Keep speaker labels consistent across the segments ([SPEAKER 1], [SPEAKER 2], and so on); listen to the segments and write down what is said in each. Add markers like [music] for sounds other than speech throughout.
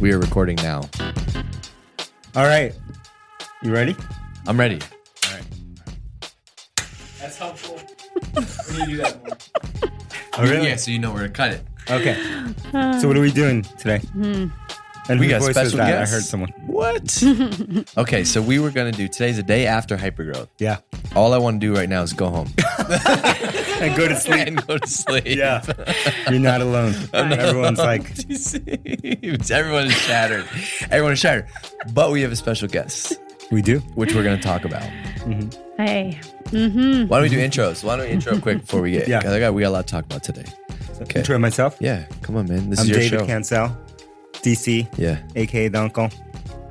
[SPEAKER 1] We are recording now.
[SPEAKER 2] All right. You ready?
[SPEAKER 1] I'm ready.
[SPEAKER 3] That's
[SPEAKER 2] [laughs]
[SPEAKER 3] helpful. we need to do that more.
[SPEAKER 2] Oh, really?
[SPEAKER 1] Yeah, so you know where to cut it.
[SPEAKER 2] Okay. So what are we doing today? And
[SPEAKER 1] Hmm. We
[SPEAKER 2] whose
[SPEAKER 1] got
[SPEAKER 2] voice
[SPEAKER 1] special
[SPEAKER 2] was that?
[SPEAKER 1] guests.
[SPEAKER 2] I heard someone.
[SPEAKER 1] What?
[SPEAKER 2] [laughs]
[SPEAKER 1] okay, so we were going to do today's the day after hypergrowth.
[SPEAKER 2] Yeah.
[SPEAKER 1] All I want to do right now is go home
[SPEAKER 2] [laughs] And
[SPEAKER 1] [laughs]
[SPEAKER 2] go to sleep.
[SPEAKER 1] and go to sleep. [laughs]
[SPEAKER 2] yeah. You're not alone.
[SPEAKER 1] Oh,
[SPEAKER 2] Everyone's like,
[SPEAKER 1] Everyone is shattered. Everyone is shattered. But we have a special guest,
[SPEAKER 2] we do.
[SPEAKER 1] which we're going to talk about.
[SPEAKER 4] Hey,
[SPEAKER 1] Why don't we do intros? Why don't we intro quick before we get?
[SPEAKER 2] Yeah.
[SPEAKER 1] 'cause I got, we got a lot to talk about today. Okay.
[SPEAKER 2] Intro myself.
[SPEAKER 1] Yeah, come on, man. This
[SPEAKER 2] I'm
[SPEAKER 1] is your
[SPEAKER 2] David
[SPEAKER 1] show.
[SPEAKER 2] Cancel, DC,
[SPEAKER 1] yeah.
[SPEAKER 2] aka the Uncle,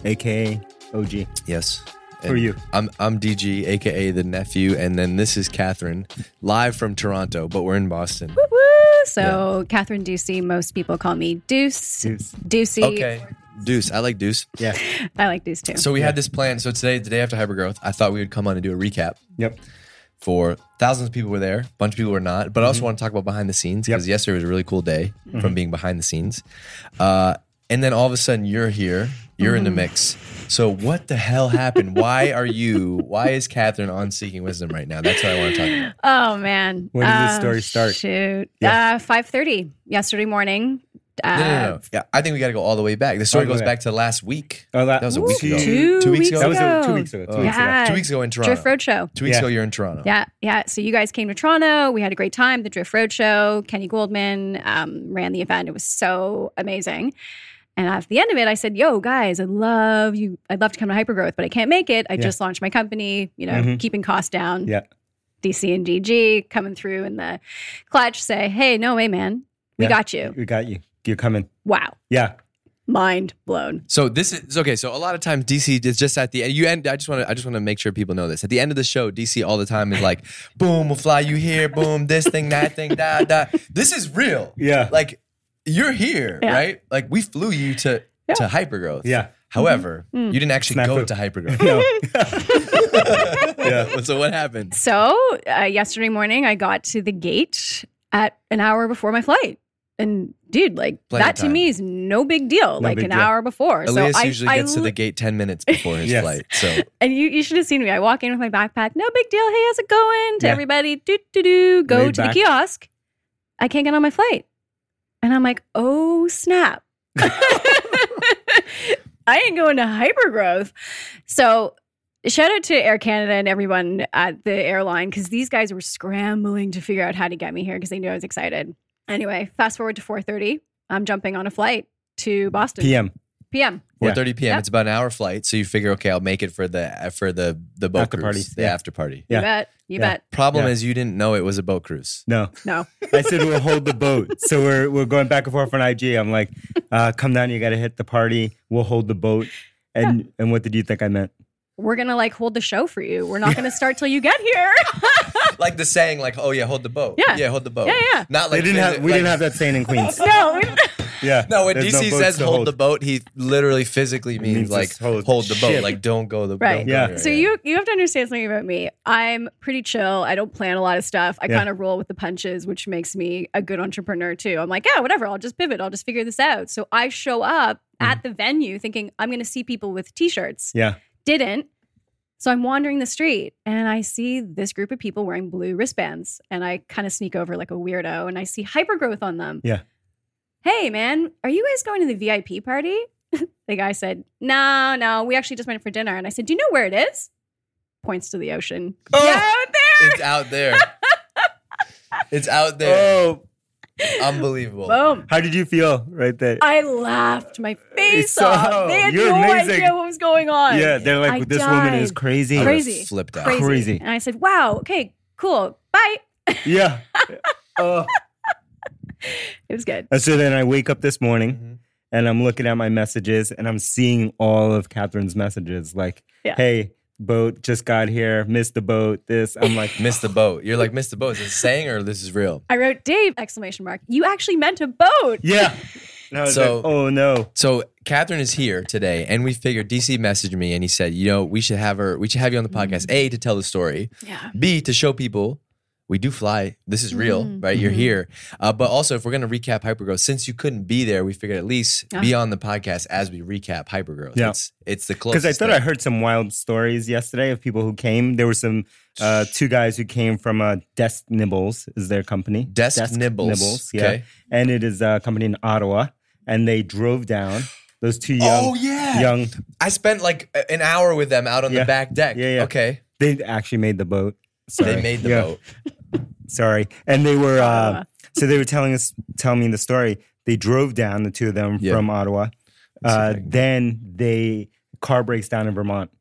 [SPEAKER 2] aka OG.
[SPEAKER 1] Yes.
[SPEAKER 2] Who are you?
[SPEAKER 1] I'm I'm DG, aka the nephew, and then this is Catherine, live from Toronto, but we're in Boston.
[SPEAKER 4] woo! So, Catherine Ducey, most people call me Deuce.
[SPEAKER 2] Deuce.
[SPEAKER 4] Ducey.
[SPEAKER 1] Okay. Deuce, I like Deuce. [laughs]
[SPEAKER 2] Yeah.
[SPEAKER 4] I like Deuce too.
[SPEAKER 1] So we had this plan. So today, the day after Hypergrowth, I thought we would come on and do a recap
[SPEAKER 2] Yep.
[SPEAKER 1] for thousands of people were there, a bunch of people were not. But I
[SPEAKER 2] Mm-hmm.
[SPEAKER 1] also want to talk about behind the scenes because yesterday was a really cool day from being behind the scenes. Uh, and then all of a sudden you're here, you're
[SPEAKER 2] Mm-hmm.
[SPEAKER 1] in the mix. So what the hell happened? why are you? Why is Catherine on Seeking Wisdom right now? That's what I want to talk about.
[SPEAKER 4] oh man, Oh,
[SPEAKER 2] When did this story start?
[SPEAKER 4] Shoot,
[SPEAKER 2] Yeah.
[SPEAKER 4] uh, five thirty yesterday morning.
[SPEAKER 1] No,
[SPEAKER 4] Uh,
[SPEAKER 1] no, no. Yeah, I think we got to go all the way back. The story
[SPEAKER 2] All the
[SPEAKER 1] goes
[SPEAKER 2] way.
[SPEAKER 1] back to last week.
[SPEAKER 2] Oh, that
[SPEAKER 1] That was a
[SPEAKER 4] Ooh,
[SPEAKER 1] week ago.
[SPEAKER 4] Two,
[SPEAKER 1] Two weeks
[SPEAKER 4] weeks
[SPEAKER 1] ago?
[SPEAKER 4] ago.
[SPEAKER 2] That was a, two weeks ago. Two weeks ago.
[SPEAKER 4] Yeah.
[SPEAKER 1] Two weeks ago in Toronto.
[SPEAKER 4] Drift Roadshow.
[SPEAKER 1] Two weeks
[SPEAKER 2] Yeah.
[SPEAKER 1] ago, you're in Toronto.
[SPEAKER 4] Yeah, yeah. So you guys came to Toronto. We had a great time. The Drift Roadshow. Kenny Goldman um, ran the event. It was so amazing. And at the end of it, I said, "Yo, guys, I love you. I'd love to come to Hypergrowth, but I can't make it. I just launched my company. You know,
[SPEAKER 2] Mhm.
[SPEAKER 4] keeping costs down.
[SPEAKER 2] Yeah.
[SPEAKER 4] DC and DG coming through in the clutch. Say, hey, no way, man. We
[SPEAKER 2] Yeah.
[SPEAKER 4] got you.
[SPEAKER 2] We got you. You're coming.
[SPEAKER 4] Wow,
[SPEAKER 2] Yeah.
[SPEAKER 4] mind blown.
[SPEAKER 1] So this is okay. So a lot of times DC is just at the end. You end. I just want to. I just want to make sure people know this. At the end of the show, DC all the time is like, "Boom, we'll fly you here. Boom, this thing, that thing, da da." This is real.
[SPEAKER 2] Yeah.
[SPEAKER 1] Like you're here,
[SPEAKER 4] Yeah.
[SPEAKER 1] right? Like we flew you to to hypergrowth.
[SPEAKER 2] Yeah.
[SPEAKER 1] However,
[SPEAKER 4] Mm-hmm.
[SPEAKER 1] you didn't actually
[SPEAKER 2] Snafu.
[SPEAKER 1] go to
[SPEAKER 2] [laughs]
[SPEAKER 1] hypergrowth.
[SPEAKER 2] No.
[SPEAKER 1] [laughs] yeah. [laughs] So what happened?
[SPEAKER 4] So uh, yesterday morning, I got to the gate at an hour before my flight. And dude, like
[SPEAKER 1] Plenty
[SPEAKER 4] that
[SPEAKER 1] of
[SPEAKER 4] to
[SPEAKER 1] time.
[SPEAKER 4] me is no big deal. like
[SPEAKER 2] big
[SPEAKER 4] an
[SPEAKER 2] deal.
[SPEAKER 4] hour before.
[SPEAKER 1] Elias
[SPEAKER 4] so I,
[SPEAKER 1] usually
[SPEAKER 4] I
[SPEAKER 1] gets to the
[SPEAKER 4] l-
[SPEAKER 1] gate ten minutes before his
[SPEAKER 2] [laughs] Yes.
[SPEAKER 1] flight. So
[SPEAKER 4] and you, you should have seen me. I walk in with my backpack. No big deal. Hey, how's it going? To
[SPEAKER 2] Yeah.
[SPEAKER 4] everybody, do do do. Go
[SPEAKER 2] Laid
[SPEAKER 4] to
[SPEAKER 2] back.
[SPEAKER 4] the kiosk. I can't get on my flight, and I'm like, oh snap. [laughs] I ain't going to hypergrowth. So shout out to Air Canada and everyone at the airline because these guys were scrambling to figure out how to get me here because they knew I was excited. Anyway, fast forward to 4:30. I'm jumping on a flight to Boston.
[SPEAKER 2] PM.
[SPEAKER 4] PM.
[SPEAKER 1] Four
[SPEAKER 2] Yeah.
[SPEAKER 1] thirty p.m.
[SPEAKER 4] Yep.
[SPEAKER 1] It's about an hour flight, so you figure, okay, I'll make it for the for the the boat
[SPEAKER 2] After
[SPEAKER 1] cruise,
[SPEAKER 2] party,
[SPEAKER 1] the
[SPEAKER 2] yeah.
[SPEAKER 1] after party.
[SPEAKER 2] Yeah.
[SPEAKER 4] You bet. You
[SPEAKER 2] Yeah.
[SPEAKER 4] bet.
[SPEAKER 1] Problem
[SPEAKER 2] Yeah.
[SPEAKER 1] is, you didn't know it was a boat cruise.
[SPEAKER 2] No.
[SPEAKER 4] No.
[SPEAKER 2] I said we'll hold the boat. So we're we're going back and forth on IG. I'm like, uh, come down, you gotta hit the party. We'll hold the boat. And and what did you think I meant?
[SPEAKER 4] we're gonna like hold the show for you. We're [laughs] not gonna start till you get here.
[SPEAKER 1] [laughs] Like the saying, like, "Oh yeah, hold the boat."
[SPEAKER 4] Yeah.
[SPEAKER 1] yeah, hold the boat.
[SPEAKER 4] Yeah, yeah.
[SPEAKER 1] Not
[SPEAKER 2] They
[SPEAKER 1] like
[SPEAKER 2] didn't have we
[SPEAKER 1] like-
[SPEAKER 2] didn't have that saying in Queens.
[SPEAKER 4] [laughs] [laughs] no,
[SPEAKER 2] Yeah.
[SPEAKER 1] [laughs] No, when
[SPEAKER 2] There's
[SPEAKER 1] DC
[SPEAKER 2] boats
[SPEAKER 1] says
[SPEAKER 2] to
[SPEAKER 1] hold, the boat, he literally physically means,
[SPEAKER 2] means
[SPEAKER 1] like
[SPEAKER 2] just
[SPEAKER 1] hold,
[SPEAKER 2] hold
[SPEAKER 1] the boat,
[SPEAKER 2] ship.
[SPEAKER 1] like don't go the
[SPEAKER 4] Right.
[SPEAKER 1] Don't go
[SPEAKER 2] Yeah.
[SPEAKER 1] there,
[SPEAKER 4] [laughs] so you you have to understand something about me. I'm pretty chill. I don't plan a lot of stuff. I
[SPEAKER 2] Yeah.
[SPEAKER 4] kind of roll with the punches, which makes me a good entrepreneur too. I'm like, yeah, whatever. I'll just pivot. I'll just figure this out. So I show up at the venue thinking I'm gonna see people with t-shirts.
[SPEAKER 2] Yeah.
[SPEAKER 4] Didn't. So I'm wandering the street and I see this group of people wearing blue wristbands, and I kind of sneak over like a weirdo, and I see hypergrowth on them.
[SPEAKER 2] Yeah.
[SPEAKER 4] hey man, are you guys going to the VIP party? [laughs] the guy said, no, no, we actually just went for dinner. And I said, do you know where it is? Points to the ocean.
[SPEAKER 2] Oh!
[SPEAKER 4] Yeah, out
[SPEAKER 1] [laughs]
[SPEAKER 4] there.
[SPEAKER 1] It's out
[SPEAKER 4] [laughs]
[SPEAKER 1] there. it's out
[SPEAKER 2] [laughs]
[SPEAKER 1] there.
[SPEAKER 2] Oh,
[SPEAKER 1] Unbelievable.
[SPEAKER 4] Boom.
[SPEAKER 2] how did you feel right there?
[SPEAKER 4] I laughed my face
[SPEAKER 2] So, oh,
[SPEAKER 4] off. They had
[SPEAKER 2] you're
[SPEAKER 4] no
[SPEAKER 2] amazing.
[SPEAKER 4] idea what was going on.
[SPEAKER 2] yeah, they're like
[SPEAKER 4] I
[SPEAKER 2] this woman is
[SPEAKER 4] died.
[SPEAKER 1] I
[SPEAKER 2] crazy.
[SPEAKER 1] would've
[SPEAKER 4] crazy.
[SPEAKER 1] Flipped out.
[SPEAKER 4] Crazy.
[SPEAKER 2] Crazy.
[SPEAKER 4] And I said, wow, okay, cool. Bye. [laughs]
[SPEAKER 2] Yeah. Oh.
[SPEAKER 4] It was good.
[SPEAKER 2] And so then I wake up this morning
[SPEAKER 1] Mhm.
[SPEAKER 2] and I'm looking at my messages and I'm seeing all of Catherine's messages like,
[SPEAKER 4] Yeah.
[SPEAKER 2] hey, boat just got here, missed the boat, this. I'm like,
[SPEAKER 1] Missed the boat. You're like, missed the boat. Is this a saying or this is real?
[SPEAKER 4] I wrote, Dave, exclamation mark. You actually meant a boat.
[SPEAKER 2] yeah. And [laughs] I was
[SPEAKER 1] So-
[SPEAKER 2] like, oh no.
[SPEAKER 1] So Catherine is here today, and we figured DC messaged me
[SPEAKER 4] Mm-hmm.
[SPEAKER 1] and he said, you know, we should have her, we should have you on the podcast. A to tell the story,
[SPEAKER 4] Yeah.
[SPEAKER 1] B to show people we do fly. This is real,
[SPEAKER 4] Mhm.
[SPEAKER 1] right? You're
[SPEAKER 2] Mm-hmm.
[SPEAKER 4] Mhm.
[SPEAKER 1] here. Uh, but also, if we're going to recap hypergrowth, since you couldn't be there, we figured at least be on the podcast as we recap hypergrowth.
[SPEAKER 2] Yeah.
[SPEAKER 1] It's, it's the closest.
[SPEAKER 2] Because I thought I
[SPEAKER 1] thing.
[SPEAKER 2] heard some wild stories yesterday of people who came. There were some uh, two guys who came from uh, Desk Nibbles, is their company.
[SPEAKER 1] Desk, nibbles.
[SPEAKER 2] yeah. And it is a company in Ottawa. And they drove down. Those two young,
[SPEAKER 1] oh yeah.
[SPEAKER 2] young,
[SPEAKER 1] I spent like a- an hour with them out on
[SPEAKER 2] Yeah.
[SPEAKER 1] the back deck.
[SPEAKER 2] Yeah, yeah.
[SPEAKER 1] Okay.
[SPEAKER 2] they actually made the boat. Sorry.
[SPEAKER 1] They made the
[SPEAKER 2] Yeah,
[SPEAKER 1] boat.
[SPEAKER 2] Sorry. And they were, uh,
[SPEAKER 4] Ottawa.
[SPEAKER 2] so they were telling us, telling me the story. They drove down, the two of them,
[SPEAKER 1] Yeah.
[SPEAKER 2] from Ottawa.
[SPEAKER 1] Let's see if I
[SPEAKER 2] Uh,
[SPEAKER 1] can-
[SPEAKER 2] then they, car breaks down in Vermont.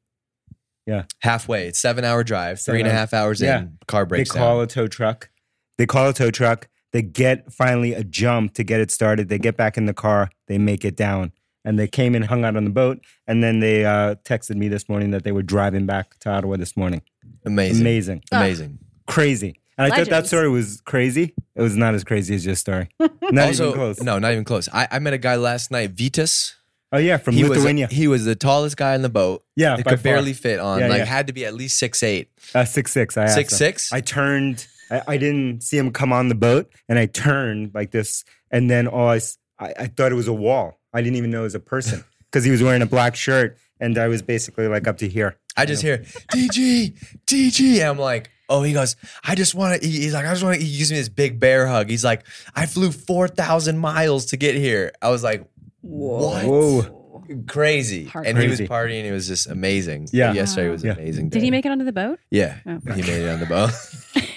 [SPEAKER 1] Halfway. It's seven hour drive,
[SPEAKER 2] Seven
[SPEAKER 1] three and a
[SPEAKER 2] hour-
[SPEAKER 1] half hours
[SPEAKER 2] Yeah.
[SPEAKER 1] in, car breaks
[SPEAKER 2] they call
[SPEAKER 1] down.
[SPEAKER 2] a tow truck. They call a tow truck. They get finally a jump to get it started. They get back in the car. They make it down. And they came and hung out on the boat. And then they uh, texted me this morning that they were driving back to Ottawa this morning.
[SPEAKER 1] Amazing.
[SPEAKER 2] Amazing.
[SPEAKER 1] Amazing.
[SPEAKER 4] Ah.
[SPEAKER 2] Crazy. And I thought that
[SPEAKER 4] Legends.
[SPEAKER 2] story was crazy. It was not as crazy as your story. Not
[SPEAKER 1] also,
[SPEAKER 2] even close.
[SPEAKER 1] no, not even close. I, I met a guy last night, Vitas.
[SPEAKER 2] Oh, yeah, from
[SPEAKER 1] he
[SPEAKER 2] Lithuania.
[SPEAKER 1] was he was the tallest guy in the boat.
[SPEAKER 2] yeah,
[SPEAKER 1] It
[SPEAKER 2] by
[SPEAKER 1] could
[SPEAKER 2] far.
[SPEAKER 1] barely fit on.
[SPEAKER 2] Yeah,
[SPEAKER 1] like
[SPEAKER 2] yeah.
[SPEAKER 1] had to be at least six eight.
[SPEAKER 2] Uh, six six. I asked
[SPEAKER 1] Six
[SPEAKER 2] him.
[SPEAKER 1] six?
[SPEAKER 2] I turned. I, I didn't see him come on the boat, and I turned like this, and then all I, s- I- I thought it was a wall. I didn't even know it was
[SPEAKER 1] [laughs]
[SPEAKER 2] a person because he was wearing a black shirt, and I was basically like up to here.
[SPEAKER 1] I just hear DG, DG. And I'm like, oh, he goes, I just want to eat. He's like, I just want to eat. He gives me this big bear hug. He's like, I flew 4,000 miles to get here. I was like, What?
[SPEAKER 2] Whoa.
[SPEAKER 1] crazy. And he was
[SPEAKER 2] Crazy.
[SPEAKER 1] partying. It was just amazing.
[SPEAKER 2] Yeah.
[SPEAKER 1] Yesterday was
[SPEAKER 2] Yeah.
[SPEAKER 1] an amazing. Day.
[SPEAKER 4] Did he make it onto the boat?
[SPEAKER 1] Yeah.
[SPEAKER 4] Oh.
[SPEAKER 1] He made it on the boat.
[SPEAKER 4] [laughs]
[SPEAKER 2] All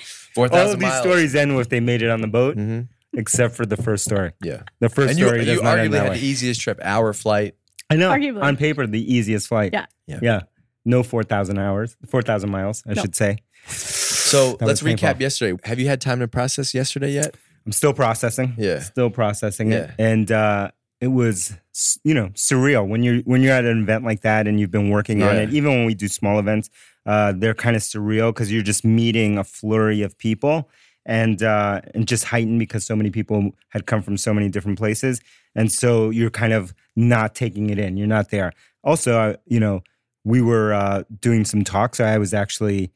[SPEAKER 2] of
[SPEAKER 1] 4,000
[SPEAKER 2] Oh, these
[SPEAKER 1] miles.
[SPEAKER 2] stories end with they made it on the boat,
[SPEAKER 1] hmm
[SPEAKER 2] except for the first story.
[SPEAKER 1] Yeah.
[SPEAKER 2] The first
[SPEAKER 1] and you,
[SPEAKER 2] story
[SPEAKER 1] you
[SPEAKER 2] does not end
[SPEAKER 1] arguably
[SPEAKER 2] that
[SPEAKER 1] had
[SPEAKER 2] way.
[SPEAKER 1] the e easiest trip, hour flight.
[SPEAKER 2] I know.
[SPEAKER 4] Arguably.
[SPEAKER 2] On paper, the easiest flight.
[SPEAKER 4] Yeah.
[SPEAKER 1] Yeah.
[SPEAKER 2] No four thousand hours, four thousand miles, I
[SPEAKER 4] No.
[SPEAKER 2] should say.
[SPEAKER 1] So
[SPEAKER 2] That
[SPEAKER 1] let's
[SPEAKER 2] was painful.
[SPEAKER 1] recap yesterday. Have you had time to process yesterday yet?
[SPEAKER 2] I'm still processing.
[SPEAKER 1] Yeah.
[SPEAKER 2] Still processing it.
[SPEAKER 1] Yeah.
[SPEAKER 2] And uh it was you know, surreal when you're when you're at an event like that and you've been working on
[SPEAKER 1] Yeah.
[SPEAKER 2] it, even when we do small events, uh, they're kind of surreal because you're just meeting a flurry of people and uh and just heightened because so many people had come from so many different places. And so you're kind of not taking it in. You're not there. Also, I, you know, we were uh, doing some talks. I was actually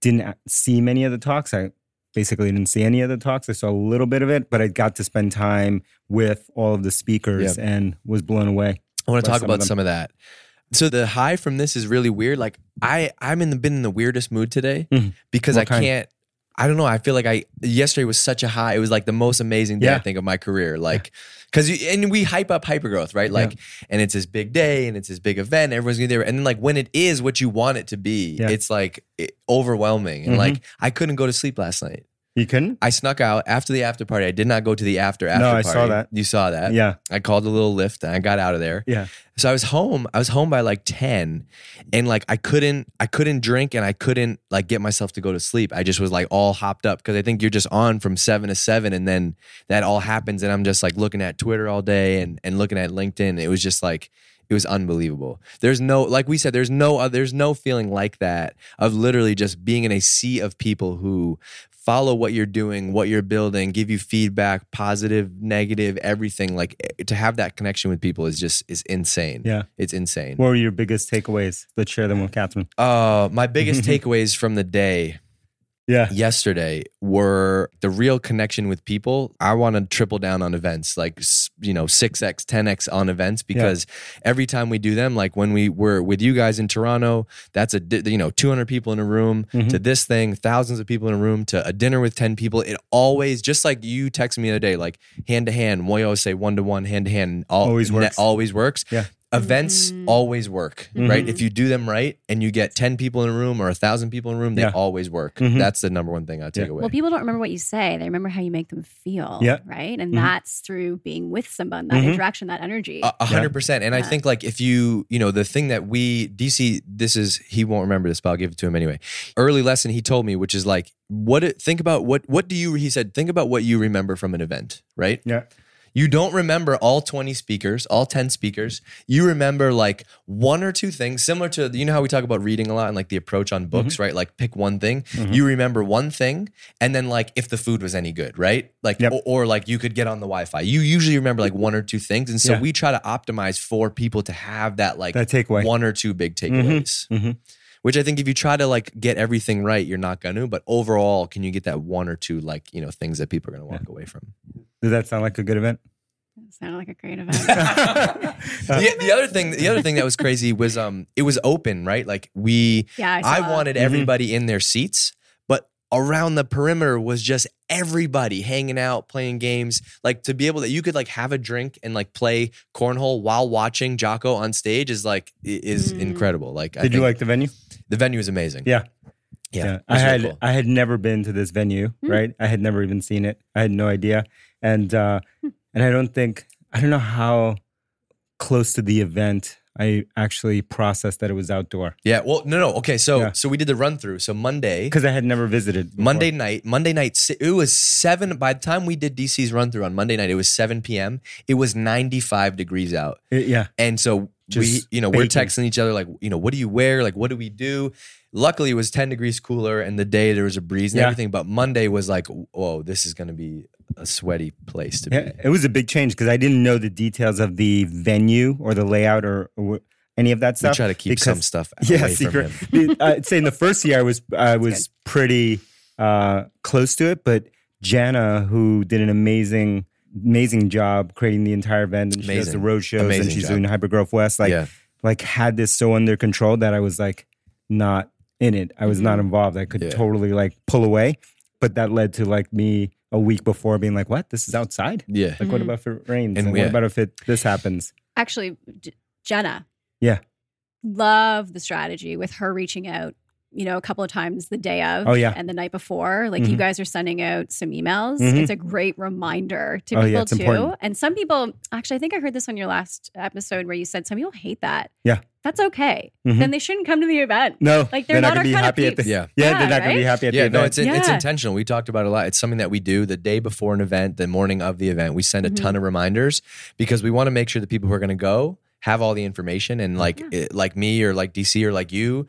[SPEAKER 2] didn't a- see many of the talks. I basically didn't see any of the talks. I saw a little bit of it, but I got to spend time with all of the speakers and was blown away.
[SPEAKER 1] I want to
[SPEAKER 2] By
[SPEAKER 1] talk
[SPEAKER 2] some of
[SPEAKER 1] about
[SPEAKER 2] them.
[SPEAKER 1] some of that. So the high from this is really weird. Like I, I'm in the been in the weirdest mood today
[SPEAKER 2] Mhm.
[SPEAKER 1] because
[SPEAKER 2] What
[SPEAKER 1] I
[SPEAKER 2] kind?
[SPEAKER 1] can't. I don't know. I feel like I yesterday was such a high. It was like the most amazing day I
[SPEAKER 2] Yeah.
[SPEAKER 1] think of my career. Like, cause you, and we hype up hypergrowth, right? Like, and it's this big day and it's this big event. Everyone's gonna be there. And then like when it is what you want it to be,
[SPEAKER 2] Yeah.
[SPEAKER 1] it's like it- overwhelming. And
[SPEAKER 2] Mhm.
[SPEAKER 1] like I couldn't go to sleep last night.
[SPEAKER 2] You couldn't?
[SPEAKER 1] I snuck out after the after party. I did not go to the after after
[SPEAKER 2] I
[SPEAKER 1] party.
[SPEAKER 2] saw that.
[SPEAKER 1] You saw that.
[SPEAKER 2] Yeah.
[SPEAKER 1] I called a little lift and I got out of there.
[SPEAKER 2] Yeah.
[SPEAKER 1] So I was home. I was home by like 10 and like I couldn't I couldn't drink and I couldn't like get myself to go to sleep. I just was like all hopped up because I think you're just on from 7 to 7 and then that all happens and I'm just like looking at Twitter all day and and looking at LinkedIn. It was just like it was unbelievable. There's no like we said there's no uh, there's no feeling like that of literally just being in a sea of people who follow what you're doing, what you're building, give you feedback, positive, negative, everything. Like eh, to have that connection with people is just is insane.
[SPEAKER 2] Yeah.
[SPEAKER 1] It's insane.
[SPEAKER 2] What were your biggest takeaways? Let's share them with Catherine.
[SPEAKER 1] Uh, my biggest takeaways from the day
[SPEAKER 2] Yeah.
[SPEAKER 1] yesterday were the real connection with people. I want to triple down on events, like s- you know, six x, ten x on events because every time we do them, like when we were with you guys in Toronto, that's a di- you know two hundred people in a room
[SPEAKER 2] Mhm.
[SPEAKER 1] to this thing, thousands of people in a room to a dinner with ten people. It always just like you texted me the other day, like hand to hand. We always say one to one, hand to hand.
[SPEAKER 2] Always works.
[SPEAKER 1] Always works.
[SPEAKER 2] Yeah. Mm-hmm.
[SPEAKER 1] Events
[SPEAKER 4] Mhm.
[SPEAKER 1] always work, right?
[SPEAKER 4] Mhm.
[SPEAKER 1] If you do them right and you get 10 people in a room or a thousand people in a room, they
[SPEAKER 2] Yeah.
[SPEAKER 1] always work.
[SPEAKER 2] Mhm.
[SPEAKER 1] That's the number one thing I take
[SPEAKER 2] Yeah.
[SPEAKER 1] away.
[SPEAKER 4] Well, people don't remember what you say. They remember how you make them feel.
[SPEAKER 2] Yeah.
[SPEAKER 4] Right. And
[SPEAKER 1] Mm-hmm.
[SPEAKER 2] Mhm.
[SPEAKER 4] that's through being with someone, that
[SPEAKER 2] Mhm.
[SPEAKER 4] interaction, that energy.
[SPEAKER 1] A a
[SPEAKER 2] Yeah.
[SPEAKER 1] hundred percent. And I
[SPEAKER 4] Yeah.
[SPEAKER 1] think like if you, you know, the thing that we DC, this is he won't remember this, but I'll give it to him anyway. Early lesson he told me, which is like, what it, think about what what do you he said, think about what you remember from an event, right?
[SPEAKER 2] Yeah.
[SPEAKER 1] You don't remember all 20 speakers, all 10 speakers. You remember like one or two things, similar to you know how we talk about reading a lot and like the approach on books,
[SPEAKER 2] Mm-hmm.
[SPEAKER 1] right? Like pick one thing. You remember one thing, and then like if the food was any good, right? Like
[SPEAKER 2] Yep.
[SPEAKER 1] or, or, like you could get on the Wi-Fi. You usually remember like one or two things, and so
[SPEAKER 2] Yeah.
[SPEAKER 1] we try to optimize for people to have that like
[SPEAKER 2] That takeaway. Mm-hmm.
[SPEAKER 1] one or two big takeaways.
[SPEAKER 2] Mhm.
[SPEAKER 1] Which I think if you try to like get everything right, you're not gonna. But overall, can you get that one or two like you know things that people are gonna walk away from?
[SPEAKER 2] Does that sound like a good
[SPEAKER 1] [laughs]
[SPEAKER 2] event? Uh,
[SPEAKER 4] Sounded like a great event. Uh,
[SPEAKER 1] the, the other thing, the other thing that was crazy was
[SPEAKER 4] [laughs]
[SPEAKER 1] um, it was open, right? Like we,
[SPEAKER 4] Yeah, I, saw Mm-hmm.
[SPEAKER 1] I
[SPEAKER 4] that.
[SPEAKER 1] wanted
[SPEAKER 2] Mhm.
[SPEAKER 1] everybody in their seats, but around the perimeter was just everybody hanging out, playing games. Like to be able that you could like have a drink and like play cornhole while watching Jocko on stage is like i- is
[SPEAKER 4] Mm.
[SPEAKER 1] incredible. Like I
[SPEAKER 2] Did you
[SPEAKER 1] think
[SPEAKER 2] like the venue?
[SPEAKER 1] the venue is amazing.
[SPEAKER 2] Yeah.
[SPEAKER 1] yeah, it
[SPEAKER 2] I
[SPEAKER 1] was really
[SPEAKER 2] had
[SPEAKER 1] cool.
[SPEAKER 2] I had never been to this venue,
[SPEAKER 4] Hmm.
[SPEAKER 2] right? I had never even seen it. I had no idea, and uh, and I don't think I don't know how close to the event I actually processed that it was outdoor
[SPEAKER 1] yeah. Well, no, no. Okay, so
[SPEAKER 2] Yeah.
[SPEAKER 1] so we did the run through. So Monday.
[SPEAKER 2] because I had never visited before.
[SPEAKER 1] Monday night, Monday night, si- it was seven. By the time we did DC's run through on Monday night, it was 7 p.m. It was 95 degrees out.
[SPEAKER 2] Y- yeah,
[SPEAKER 1] And so we,
[SPEAKER 2] Just
[SPEAKER 1] you know, we're
[SPEAKER 2] baking.
[SPEAKER 1] texting each other like, you know, what do you wear? Like, what do we do? Luckily, it was ten degrees cooler, and the day there was a breeze and
[SPEAKER 2] Yeah.
[SPEAKER 1] everything. But Monday was like, whoa, this is going to be a sweaty place to
[SPEAKER 2] yeah,
[SPEAKER 1] be.
[SPEAKER 2] it was a big change because I didn't know the details of the venue or the layout or, or any of that
[SPEAKER 1] We
[SPEAKER 2] stuff.
[SPEAKER 1] try to keep
[SPEAKER 2] because-
[SPEAKER 1] some stuff
[SPEAKER 2] [laughs] yeah,
[SPEAKER 1] away
[SPEAKER 2] secret.
[SPEAKER 1] from him.
[SPEAKER 2] The- I'd say in the first year I was I was pretty uh, close to it, but Jana, who did an amazing amazing job creating the entire event, and she does the
[SPEAKER 1] Amazing.
[SPEAKER 2] road shows,
[SPEAKER 1] Amazing
[SPEAKER 2] and she's
[SPEAKER 1] job.
[SPEAKER 2] doing Hypergrowth West, like
[SPEAKER 1] yeah,
[SPEAKER 2] like had this so under control that I was like not in it. I was not involved. I could
[SPEAKER 1] Mm-hmm. Yeah.
[SPEAKER 2] totally like pull away, but that led to like me a week before being like, "What? This is outside."
[SPEAKER 1] yeah.
[SPEAKER 2] [laughs] Like, what about if it rains?
[SPEAKER 1] And
[SPEAKER 2] And
[SPEAKER 1] we-
[SPEAKER 2] what about if it this happens?
[SPEAKER 4] Actually, J- Jenna.
[SPEAKER 2] Yeah.
[SPEAKER 4] Love the strategy with her reaching out, you know, a couple of times the day of
[SPEAKER 2] Oh, yeah.
[SPEAKER 4] and the night before. Like you
[SPEAKER 2] Mhm.
[SPEAKER 4] guys are sending out some emails.
[SPEAKER 2] Mhm.
[SPEAKER 4] It's a great reminder to
[SPEAKER 2] Oh, yeah,
[SPEAKER 4] people
[SPEAKER 2] it's
[SPEAKER 4] too.
[SPEAKER 2] important.
[SPEAKER 4] And some people actually I think I heard this on your last episode where you said some people hate that.
[SPEAKER 2] Yeah.
[SPEAKER 4] That's okay.
[SPEAKER 2] Mhm.
[SPEAKER 4] Then they shouldn't come to the event.
[SPEAKER 2] No,
[SPEAKER 4] Like, they're
[SPEAKER 2] they're,
[SPEAKER 4] not
[SPEAKER 2] not,
[SPEAKER 4] our
[SPEAKER 2] gonna be
[SPEAKER 4] kind of
[SPEAKER 2] happy at the
[SPEAKER 4] peeps.
[SPEAKER 1] Yeah.
[SPEAKER 2] Yeah,
[SPEAKER 4] Yeah,
[SPEAKER 2] they're not gonna be
[SPEAKER 4] right?
[SPEAKER 2] happy at
[SPEAKER 1] Yeah,
[SPEAKER 2] the
[SPEAKER 1] no, it's
[SPEAKER 2] event.
[SPEAKER 1] it's
[SPEAKER 4] Yeah.
[SPEAKER 1] intentional. We talked about it a lot. It's something that we do the day before an event, the morning of the event. We send a
[SPEAKER 4] Mhm.
[SPEAKER 1] ton of reminders because we want to make sure the people who are going to go have all the information. And like it- like me or like DC or like you,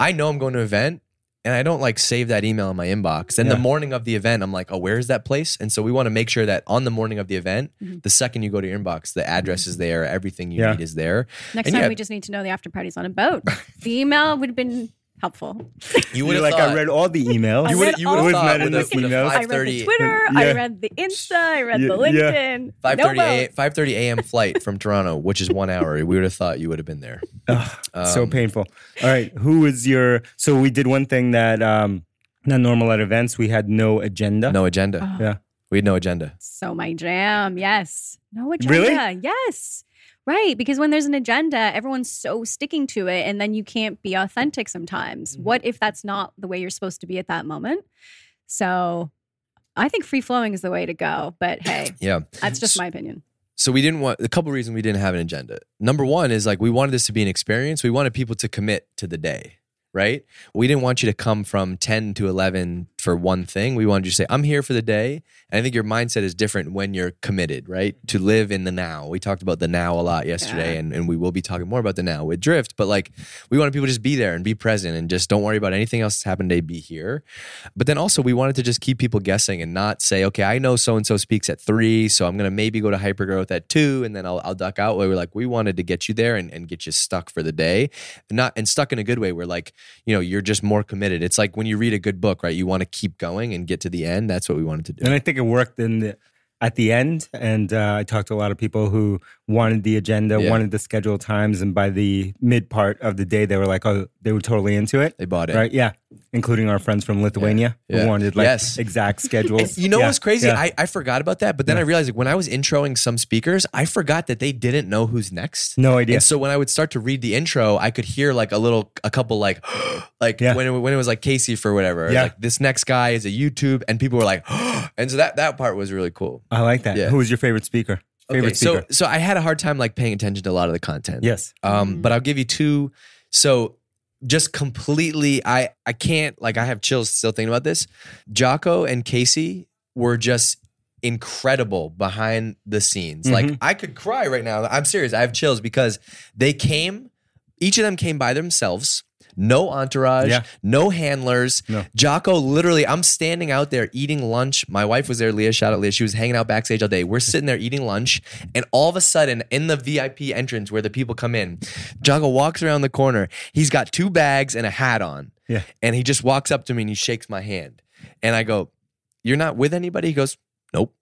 [SPEAKER 1] I know I'm going to an event. And I don't like save that email in my inbox. Then the
[SPEAKER 2] Yeah.
[SPEAKER 1] morning of the event, I'm like, oh, where is that place? And so we want to make sure that on the morning of the event,
[SPEAKER 4] Mhm.
[SPEAKER 1] the second you go to your inbox, the address is there, everything you
[SPEAKER 2] Yeah.
[SPEAKER 1] need is
[SPEAKER 2] [laughs]
[SPEAKER 1] there.
[SPEAKER 4] Next
[SPEAKER 1] And
[SPEAKER 4] time
[SPEAKER 1] yeah.
[SPEAKER 4] we just need to know the after party's on a boat. the email would have been helpful.
[SPEAKER 1] You
[SPEAKER 2] You're
[SPEAKER 1] would
[SPEAKER 2] like I read all the emails.
[SPEAKER 4] I
[SPEAKER 1] you
[SPEAKER 4] read
[SPEAKER 1] would you would
[SPEAKER 4] all-
[SPEAKER 1] have
[SPEAKER 2] Wasn't
[SPEAKER 1] thought
[SPEAKER 2] that in
[SPEAKER 1] with a,
[SPEAKER 2] this
[SPEAKER 1] with a
[SPEAKER 2] email?
[SPEAKER 4] I read the
[SPEAKER 1] 5:30
[SPEAKER 4] Twitter, I
[SPEAKER 2] Yeah.
[SPEAKER 4] read the Insta, I read
[SPEAKER 2] Yeah,
[SPEAKER 4] the
[SPEAKER 2] yeah.
[SPEAKER 4] LinkedIn.
[SPEAKER 1] Five thirty
[SPEAKER 4] no
[SPEAKER 1] a
[SPEAKER 4] boat.
[SPEAKER 1] five thirty a.m. flight from Toronto, which is one hour. We would have thought you would have been there.
[SPEAKER 2] Ugh, [laughs] so
[SPEAKER 1] Um,
[SPEAKER 2] painful. All right, who was your? So we did one thing that um not normal at events. We had no agenda.
[SPEAKER 1] No agenda.
[SPEAKER 4] Oh.
[SPEAKER 2] Yeah.
[SPEAKER 1] We had no agenda.
[SPEAKER 4] So my jam, yes. No agenda.
[SPEAKER 2] Really?
[SPEAKER 4] Yes. Right. Because when there's an agenda, everyone's so sticking to it and then you can't be authentic sometimes. What if that's not the way you're supposed to be at that moment? So I think free flowing is the way to go. But hey,
[SPEAKER 1] Yeah.
[SPEAKER 4] that's just my opinion.
[SPEAKER 1] So we didn't want a couple reasons we didn't have an agenda. Number one is like we wanted this to be an experience. We wanted people to commit to the day, right? We didn't want you to come from 10 to 11 for one thing. We wanted you to say, I'm here for the day. And I think your mindset is different when you're committed, right? To live in the now. We talked about the now a lot yesterday,
[SPEAKER 4] Yeah.
[SPEAKER 1] and, and we will be talking more about the now with Drift, but like we wanted people to just be there and be present and just don't worry about anything else that's happened today, be here. But then also, we wanted to just keep people guessing and not say, okay, I know so and so speaks at three, so I'm going to maybe go to hypergrowth at two, and then I'll, I'll duck out. We were like, we wanted to get you there and, and get you stuck for the day, not and stuck in a good way. Where like, you know, you're just more committed. It's like when you read a good book, right? You want to keep going and get to the end. That's what we wanted to do.
[SPEAKER 2] And I think it worked in the at the end. And uh, I talked to a lot of people who wanted the agenda,
[SPEAKER 1] Yeah.
[SPEAKER 2] wanted the schedule times, and by the mid part of the day, they were like, oh, they were totally into it.
[SPEAKER 1] They bought it.
[SPEAKER 2] Right? Yeah, including our friends from Lithuania
[SPEAKER 1] Yeah.
[SPEAKER 2] who wanted like
[SPEAKER 1] Yes. [laughs]
[SPEAKER 2] exact schedules.
[SPEAKER 1] You know
[SPEAKER 2] Yeah.
[SPEAKER 1] what's crazy?
[SPEAKER 2] Yeah.
[SPEAKER 1] I, I forgot about that, but then I realized like, when I was introing some speakers, I forgot that they didn't know who's next.
[SPEAKER 2] no idea.
[SPEAKER 1] And so when I would start to read the intro, I could hear like a little, a couple like, [gasps] like
[SPEAKER 2] Yeah.
[SPEAKER 1] when it, when it was like Casey for whatever,
[SPEAKER 2] Yeah.
[SPEAKER 1] like this next guy is a YouTube, and people were like, [gasps] and so that that part was really cool.
[SPEAKER 2] I like that.
[SPEAKER 1] Yeah.
[SPEAKER 2] Who was your favorite speaker? Favorite
[SPEAKER 1] Okay,
[SPEAKER 2] speaker?
[SPEAKER 1] so so I had a hard time like paying attention to a lot of the content.
[SPEAKER 2] yes.
[SPEAKER 1] Um,
[SPEAKER 4] Mhm.
[SPEAKER 1] but I'll give you two. So just completely, I I can't like I have chills still thinking about this. Jocko and Casey were just incredible behind the scenes. Like
[SPEAKER 2] Mhm.
[SPEAKER 1] I could cry right now. I'm serious. I have chills because they came. Each of them came by themselves. no entourage,
[SPEAKER 2] Yeah.
[SPEAKER 1] no handlers.
[SPEAKER 2] No.
[SPEAKER 1] Jocko, literally, I'm standing out there eating lunch. My wife was there, Leah, shout out Leah. She was hanging out backstage all day. We're sitting there eating lunch, and all of a sudden, in the VIP entrance where the people come in, Jocko walks around the corner. He's got two bags and a hat on.
[SPEAKER 2] Yeah.
[SPEAKER 1] And he just walks up to me and he shakes my hand. And I go, You're not with anybody? He goes, Nope.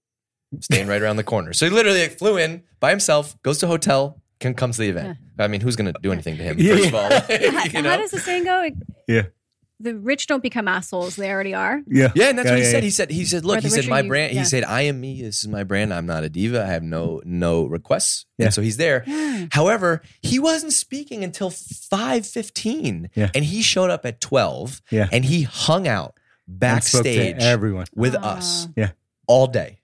[SPEAKER 1] Staying right around the corner. So he literally like, flew in by himself, goes to hotel, can, comes to the event. I mean, who's going to do anything to him?
[SPEAKER 2] Yeah,
[SPEAKER 1] First
[SPEAKER 2] yeah.
[SPEAKER 1] of all, [laughs]
[SPEAKER 4] How,
[SPEAKER 1] you
[SPEAKER 4] how
[SPEAKER 1] know?
[SPEAKER 4] does the saying go? Like,
[SPEAKER 2] Yeah.
[SPEAKER 4] The rich don't become assholes; they already are.
[SPEAKER 2] Yeah.
[SPEAKER 1] Yeah, and that's what he
[SPEAKER 2] yeah,
[SPEAKER 1] said.
[SPEAKER 2] yeah.
[SPEAKER 1] He said he said,
[SPEAKER 4] Or
[SPEAKER 1] look,
[SPEAKER 4] the
[SPEAKER 1] he said
[SPEAKER 4] richer
[SPEAKER 1] my
[SPEAKER 4] you-
[SPEAKER 1] brand.
[SPEAKER 4] yeah.
[SPEAKER 1] He said, I am me. This is my brand. I'm not a diva. I have no no requests.
[SPEAKER 2] Yeah.
[SPEAKER 1] And so he's there.
[SPEAKER 4] Yeah.
[SPEAKER 1] However, he wasn't speaking until five fifteen,
[SPEAKER 2] Yeah.
[SPEAKER 1] and he showed up at twelve,
[SPEAKER 2] Yeah.
[SPEAKER 1] and he hung out
[SPEAKER 2] And spoke to
[SPEAKER 1] backstage
[SPEAKER 2] everyone.
[SPEAKER 1] with
[SPEAKER 4] Ah.
[SPEAKER 1] us,
[SPEAKER 2] Yeah.
[SPEAKER 1] all day.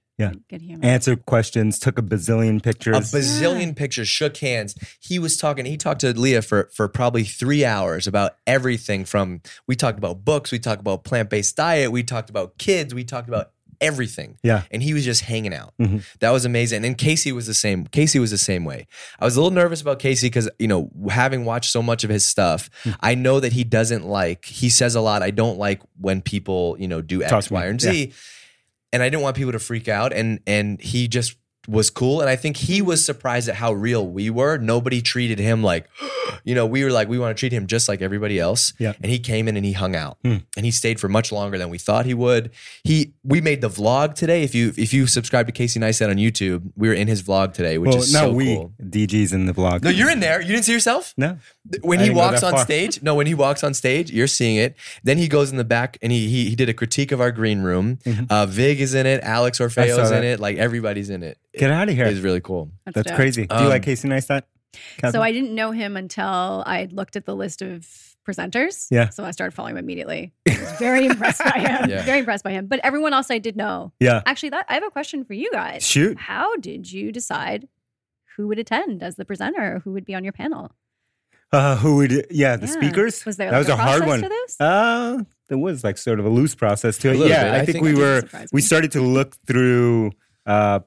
[SPEAKER 4] Good humor.
[SPEAKER 2] Answered questions, took a bazillion
[SPEAKER 1] A
[SPEAKER 2] pictures.
[SPEAKER 1] bazillion pictures, shook hands. He was talking. He talked to Leah for for probably three hours about everything. From we talked about books, we talked about plant based diet, we talked about kids, we talked about everything.
[SPEAKER 2] yeah.
[SPEAKER 1] and he was just hanging out.
[SPEAKER 2] Mhm.
[SPEAKER 1] That was amazing. And Casey was the same. Casey was the same way. I was a little nervous about Casey because you know, having watched so much of his stuff,
[SPEAKER 2] Hmm.
[SPEAKER 1] I know that he doesn't like. He says a lot. I don't like when people you know do
[SPEAKER 2] Talk
[SPEAKER 1] X,
[SPEAKER 2] to me.
[SPEAKER 1] Y, and Z. And I didn't want people to freak out. And and he just was cool. And I think he
[SPEAKER 2] Hmm.
[SPEAKER 1] was surprised at how real we were. Nobody treated him like, you know, we were like we want to treat him just like everybody else.
[SPEAKER 2] Yeah.
[SPEAKER 1] And he came in and he hung out
[SPEAKER 2] Hmm.
[SPEAKER 1] and he stayed for much longer than we thought he would he we made the vlog today. If you if you subscribe to Casey Neistat on YouTube, we were in his vlog today, which
[SPEAKER 2] well,
[SPEAKER 1] is
[SPEAKER 2] not
[SPEAKER 1] so
[SPEAKER 2] we.
[SPEAKER 1] cool.
[SPEAKER 2] DG's in the blog.
[SPEAKER 1] No, you're in there. You didn't see yourself
[SPEAKER 2] No.
[SPEAKER 1] when
[SPEAKER 2] I
[SPEAKER 1] he
[SPEAKER 2] didn't go
[SPEAKER 1] walks
[SPEAKER 2] that
[SPEAKER 1] on
[SPEAKER 2] far.
[SPEAKER 1] stage. No, when he walks on stage, you're seeing it. Then he goes in the back and he he, he did a critique of our green room.
[SPEAKER 2] Mhm.
[SPEAKER 1] Uh, Vig is in it. Alex
[SPEAKER 2] I
[SPEAKER 1] Orfeo's
[SPEAKER 2] saw
[SPEAKER 1] in
[SPEAKER 2] that.
[SPEAKER 1] it. Like everybody's in it.
[SPEAKER 2] Get out of here.
[SPEAKER 1] It's really cool.
[SPEAKER 2] That's
[SPEAKER 4] dope.
[SPEAKER 2] crazy. Do you
[SPEAKER 1] Um,
[SPEAKER 2] like Casey Neistat?
[SPEAKER 4] So
[SPEAKER 2] Catherine?
[SPEAKER 4] I didn't know him until I had looked at the list of presenters.
[SPEAKER 2] Yeah.
[SPEAKER 4] So I started following him immediately. I was very impressed
[SPEAKER 2] [laughs]
[SPEAKER 4] by him.
[SPEAKER 1] Yeah.
[SPEAKER 4] Very impressed by him. But everyone else I did know.
[SPEAKER 2] Yeah.
[SPEAKER 4] Actually, that I have a question for you guys.
[SPEAKER 2] Shoot.
[SPEAKER 4] How did you decide who would attend as the presenter or who would be on your panel?
[SPEAKER 2] Uh, who would? Yeah, the
[SPEAKER 4] Yeah.
[SPEAKER 2] speakers.
[SPEAKER 4] Was there
[SPEAKER 2] that
[SPEAKER 4] like,
[SPEAKER 2] was
[SPEAKER 4] a,
[SPEAKER 2] a hard
[SPEAKER 4] process
[SPEAKER 2] one.
[SPEAKER 4] to this?
[SPEAKER 2] Uh, there was like sort of a loose process to
[SPEAKER 1] A
[SPEAKER 2] it.
[SPEAKER 1] little
[SPEAKER 2] yeah,
[SPEAKER 1] bit.
[SPEAKER 2] I,
[SPEAKER 1] I
[SPEAKER 2] think,
[SPEAKER 1] think-
[SPEAKER 2] we
[SPEAKER 1] That
[SPEAKER 2] were.
[SPEAKER 4] surprise
[SPEAKER 2] We
[SPEAKER 4] me.
[SPEAKER 2] started to look through uh,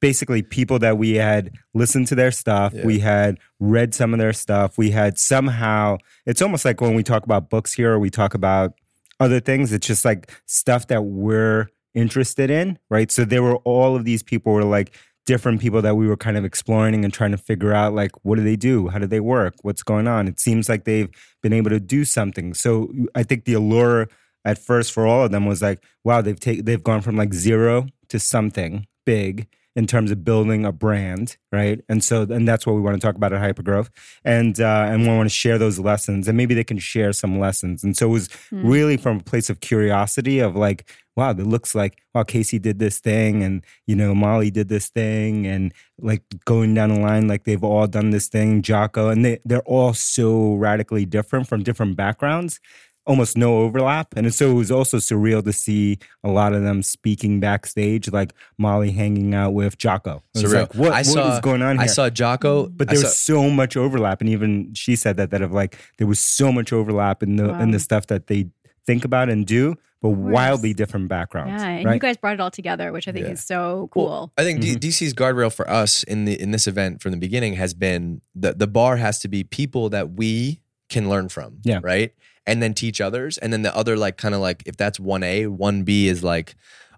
[SPEAKER 2] basically people that we had listened to their stuff.
[SPEAKER 1] Yeah.
[SPEAKER 2] We had read some of their stuff. We had somehow. It's almost like when we talk about books here, or we talk about other things. It's just like stuff that we're interested in, right? So there were all of these people were like different people that we were kind of exploring and trying to figure out like what do they do? How do they work? What's going on? It seems like they've been able to do something. So I think the allure at first for all of them was like, wow, they've taken they've gone from like zero to something big in terms of building a brand, right? And so and that's what we want to talk about at Hypergrowth. And uh and we want to share those lessons and maybe they can share some lessons. And so it was
[SPEAKER 4] Hmm.
[SPEAKER 2] really from a place of curiosity of like, wow, it looks like wow, Casey did this thing and you know, Molly did this thing and like going down the line, like they've all done this thing, Jocko, and they, they're all so radically different from different backgrounds, almost no overlap. And so it was also surreal to see a lot of them speaking backstage, like Molly hanging out with Jocko. It was
[SPEAKER 1] Surreal.
[SPEAKER 2] like, what,
[SPEAKER 1] I
[SPEAKER 2] what
[SPEAKER 1] saw-
[SPEAKER 2] is going on here?
[SPEAKER 1] I saw Jocko,
[SPEAKER 2] but
[SPEAKER 1] I
[SPEAKER 2] there
[SPEAKER 1] saw-
[SPEAKER 2] was so much overlap, and even she said that that of like there was so much overlap in the in
[SPEAKER 4] Wow.
[SPEAKER 2] the stuff that they think about and do, but
[SPEAKER 4] course.
[SPEAKER 2] wildly different backgrounds.
[SPEAKER 4] Yeah. And
[SPEAKER 2] right?
[SPEAKER 4] you guys brought it all together, which I think
[SPEAKER 1] Yeah.
[SPEAKER 4] is so cool.
[SPEAKER 1] Well, I think
[SPEAKER 2] Mm-hmm.
[SPEAKER 1] D- DC's guardrail for us in the in this event from the beginning has been the the bar has to be people that we can learn from,
[SPEAKER 2] Yeah.
[SPEAKER 1] right? And then teach others, and then the other like kind of like if that's one A, one B is like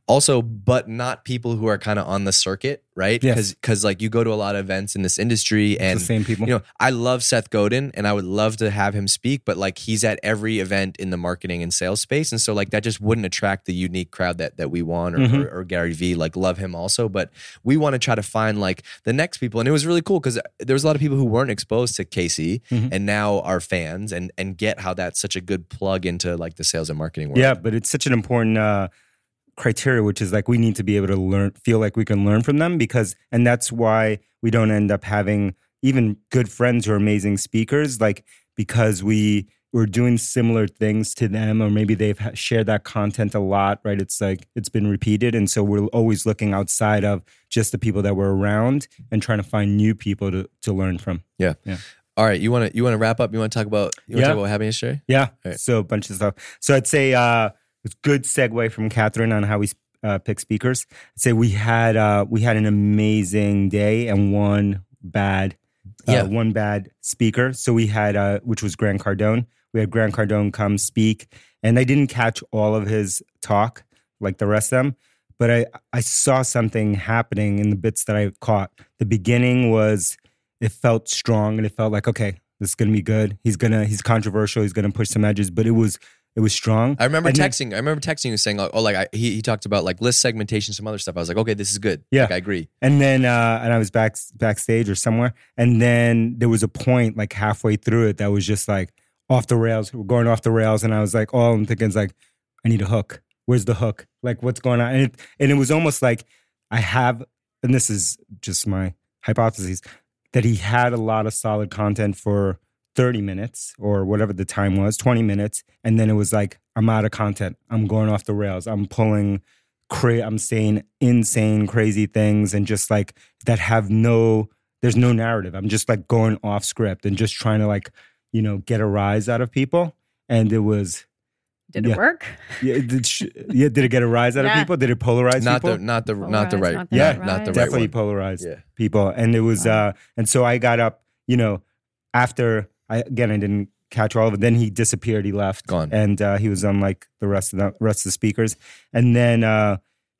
[SPEAKER 1] also, but not people who are kind of on the circuit, right?
[SPEAKER 2] Yes.
[SPEAKER 1] Because like you go to a lot of events in this industry
[SPEAKER 2] It's
[SPEAKER 1] and.
[SPEAKER 2] the same people.
[SPEAKER 1] You know, I love Seth Godin and I would love to have him speak, but like he's at every event in the marketing and sales space. And so like that just wouldn't attract the unique crowd that that we want or,
[SPEAKER 2] Mhm.
[SPEAKER 1] or, or Gary Vee, like love him also. But we want to try to find like the next people. And it was really cool because there was a lot of people who weren't exposed to Casey
[SPEAKER 2] Mhm.
[SPEAKER 1] and now are fans and and get how that's such a good plug into like the sales and marketing world.
[SPEAKER 2] Yeah, but it's such an important uh, criteria, which is like we need to be able to learn, feel like we can learn from them because, and that's why we don't end up having even good friends who are amazing speakers, like because we we're doing similar things to them, or maybe they've ha- shared that content a lot, right? It's like it's been repeated, and so we're always looking outside of just the people that we're around and trying to find new people to to learn from.
[SPEAKER 1] All right. You wanna you wanna wrap up? You wanna talk about you wanna
[SPEAKER 2] Yeah.
[SPEAKER 1] talk about what happened yesterday?
[SPEAKER 2] Yeah.
[SPEAKER 1] Right.
[SPEAKER 2] So a bunch of stuff. So I'd say uh, it's good segue from Catherine on how we uh, pick speakers. I'd say we had uh, we had an amazing day and one bad uh,
[SPEAKER 1] Yeah.
[SPEAKER 2] one bad speaker. So we had, uh, which was Grant Cardone. We had Grant Cardone come speak, and I didn't catch all of his talk like the rest of them, but I I saw something happening in the bits that I caught. The beginning was it felt strong and it felt like okay, this is gonna be good. He's gonna he's controversial. He's gonna push some edges, but it was it was strong.
[SPEAKER 1] I remember
[SPEAKER 2] And then-
[SPEAKER 1] texting. I remember texting you saying, like, "Oh, like I, he, he talked about like list segmentation, some other stuff." I was like, "Okay, this is good.
[SPEAKER 2] Yeah.
[SPEAKER 1] like, I agree."
[SPEAKER 2] And then, uh, and I was back backstage or somewhere, and then there was a point like halfway through it that was just like off the rails. We're going off the rails, and I was like, all I'm thinking is like, I need a hook. Where's the hook? Like, what's going on? And it, and it was almost like I have, and this is just my hypotheses that he had a lot of solid content for 30 minutes or whatever the time was, 20 minutes, and then it was like, I'm out of content. I'm going off the rails. I'm pulling cra- I'm saying insane, crazy things, and just like that have no, there's no narrative. I'm just like going off script and just trying to like, you know, get a rise out of people. And it was,
[SPEAKER 4] Did it
[SPEAKER 2] Yeah.
[SPEAKER 4] work?
[SPEAKER 2] yeah, did, sh- yeah, did it get a rise out
[SPEAKER 4] Yeah.
[SPEAKER 2] of people? Did it polarize
[SPEAKER 1] Not
[SPEAKER 2] people?
[SPEAKER 1] the not the
[SPEAKER 4] Oh,
[SPEAKER 1] not the right.
[SPEAKER 4] right, not
[SPEAKER 2] the
[SPEAKER 1] yeah,
[SPEAKER 2] right
[SPEAKER 1] not the right
[SPEAKER 2] Definitely
[SPEAKER 1] one.
[SPEAKER 2] polarized
[SPEAKER 1] Yeah.
[SPEAKER 2] people. And it was,
[SPEAKER 4] Wow.
[SPEAKER 2] uh, and so I got up, you know, after I, again, I didn't catch all of it. Then he disappeared. He left
[SPEAKER 1] Gone.
[SPEAKER 2] and uh, he was unlike the rest of the rest of the speakers. And then, uh,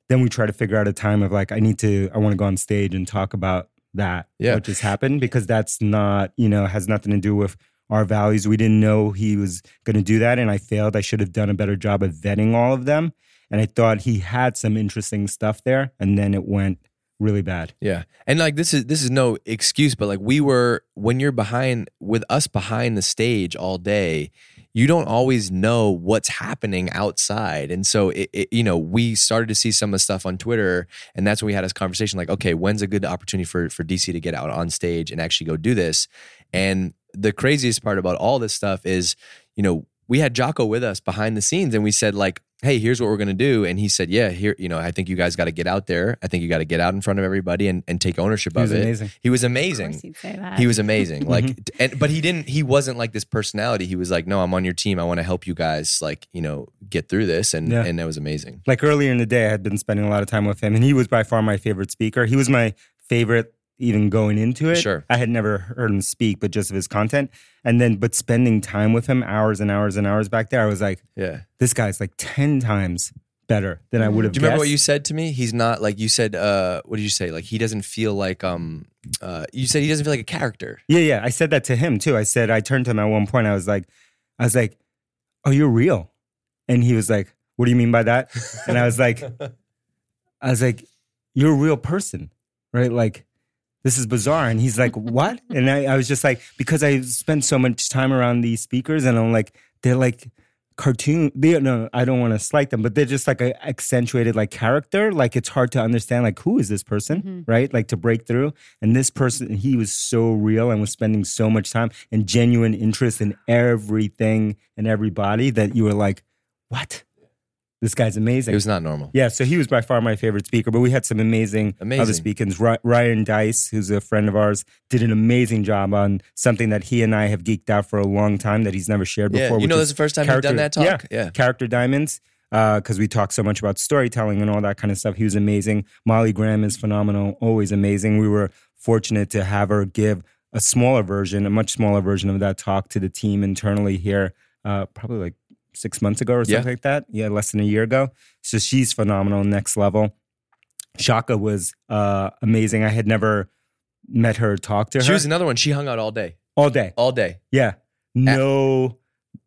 [SPEAKER 2] then we try to figure out a time of like, I need to, I want to go on stage and talk about that,
[SPEAKER 1] Yeah.
[SPEAKER 2] what just happened, because that's not, you know, has nothing to do with our values. We didn't know he was going to do that, and I failed. I should have done a better job of vetting all of them. And I thought he had some interesting stuff there, and then it went really bad.
[SPEAKER 1] Yeah. And like this is this is no excuse, but like we were when you're behind with us behind the stage all day, you don't always know what's happening outside. And so it, it you know, we started to see some of the stuff on Twitter and that's when we had this conversation like, okay, when's a good opportunity for for DC to get out on stage and actually go do this? And the craziest part about all this stuff is, you know, we had Jocko with us behind the scenes and we said like, hey, here's what we're going to do. And he said, yeah, here, you know, I think you guys got to get out there. I think you got to get out in front of everybody and, and take ownership
[SPEAKER 2] He was
[SPEAKER 1] of it.
[SPEAKER 2] amazing.
[SPEAKER 1] He was
[SPEAKER 4] Of course
[SPEAKER 1] amazing.
[SPEAKER 4] you'd say that.
[SPEAKER 1] He was amazing. Like,
[SPEAKER 2] Mm-hmm.
[SPEAKER 1] t- and, but he didn't, he wasn't like this personality. He was like, no, I'm on your team. I want to help you guys like, you know, get through this. And,
[SPEAKER 2] Yeah.
[SPEAKER 1] and that was amazing.
[SPEAKER 2] Like earlier in the day, I had been spending a lot of time with him, and he was by far my favorite speaker. He was my favorite even going into it.
[SPEAKER 1] Sure.
[SPEAKER 2] I had never heard him speak, but just of his content. And then, but spending time with him, hours and hours and hours back there, I was like,
[SPEAKER 1] Yeah.
[SPEAKER 2] this guy's like 10 times better than I would have
[SPEAKER 1] Mm-hmm. Do you remember what
[SPEAKER 2] guessed.
[SPEAKER 1] you said to me? He's not like, you said, uh, what did you say? Like, he doesn't feel like, um, uh, you said he doesn't feel like a character. [laughs]
[SPEAKER 2] Yeah, yeah. I said that to him too. I said I turned to him at one point. I was like, I was like, "Oh, you're real," and he was like, "What do you mean by that?" And I was like, I was like, "You're a real person, right?" Like, this is bizarre. And he's like, "What?" And I, I was just like, because I spent so much time around these speakers, and I'm like, they're like cartoon. They no, I don't want to slight them, but they're just like a accentuated like character. Like it's hard to understand like who is this person, right? Like to break through. And this person, he was so real and was spending so much time and genuine interest in everything and everybody that you were like, what? This guy's amazing.
[SPEAKER 1] It was not normal.
[SPEAKER 2] Yeah, so he was by far my favorite speaker, but we had some amazing, other
[SPEAKER 1] Amazing.
[SPEAKER 2] speakers. Ry- Ryan Dice, who's a friend of ours, did an amazing job on something that he and I have geeked out for a long time that he's never shared
[SPEAKER 1] Yeah,
[SPEAKER 2] before.
[SPEAKER 1] you know,
[SPEAKER 2] which
[SPEAKER 1] this is
[SPEAKER 2] is
[SPEAKER 1] the first time you've done that
[SPEAKER 2] character-
[SPEAKER 1] talk.
[SPEAKER 2] Yeah,
[SPEAKER 1] Yeah.
[SPEAKER 2] character diamonds. Because we talk so much about storytelling and all that kind of stuff. He was amazing. Molly Graham is phenomenal, always amazing. We were fortunate to have her give a smaller version, a much smaller version of that talk to the team internally here, uh, probably like six months ago or
[SPEAKER 1] Yeah.
[SPEAKER 2] something like that. Yeah, less than a year ago. So she's phenomenal, next level. Shaka was uh, amazing. I had never met her, talked to her
[SPEAKER 1] She was another one. She hung out all day,
[SPEAKER 2] all day.
[SPEAKER 1] all day.
[SPEAKER 2] Yeah. No,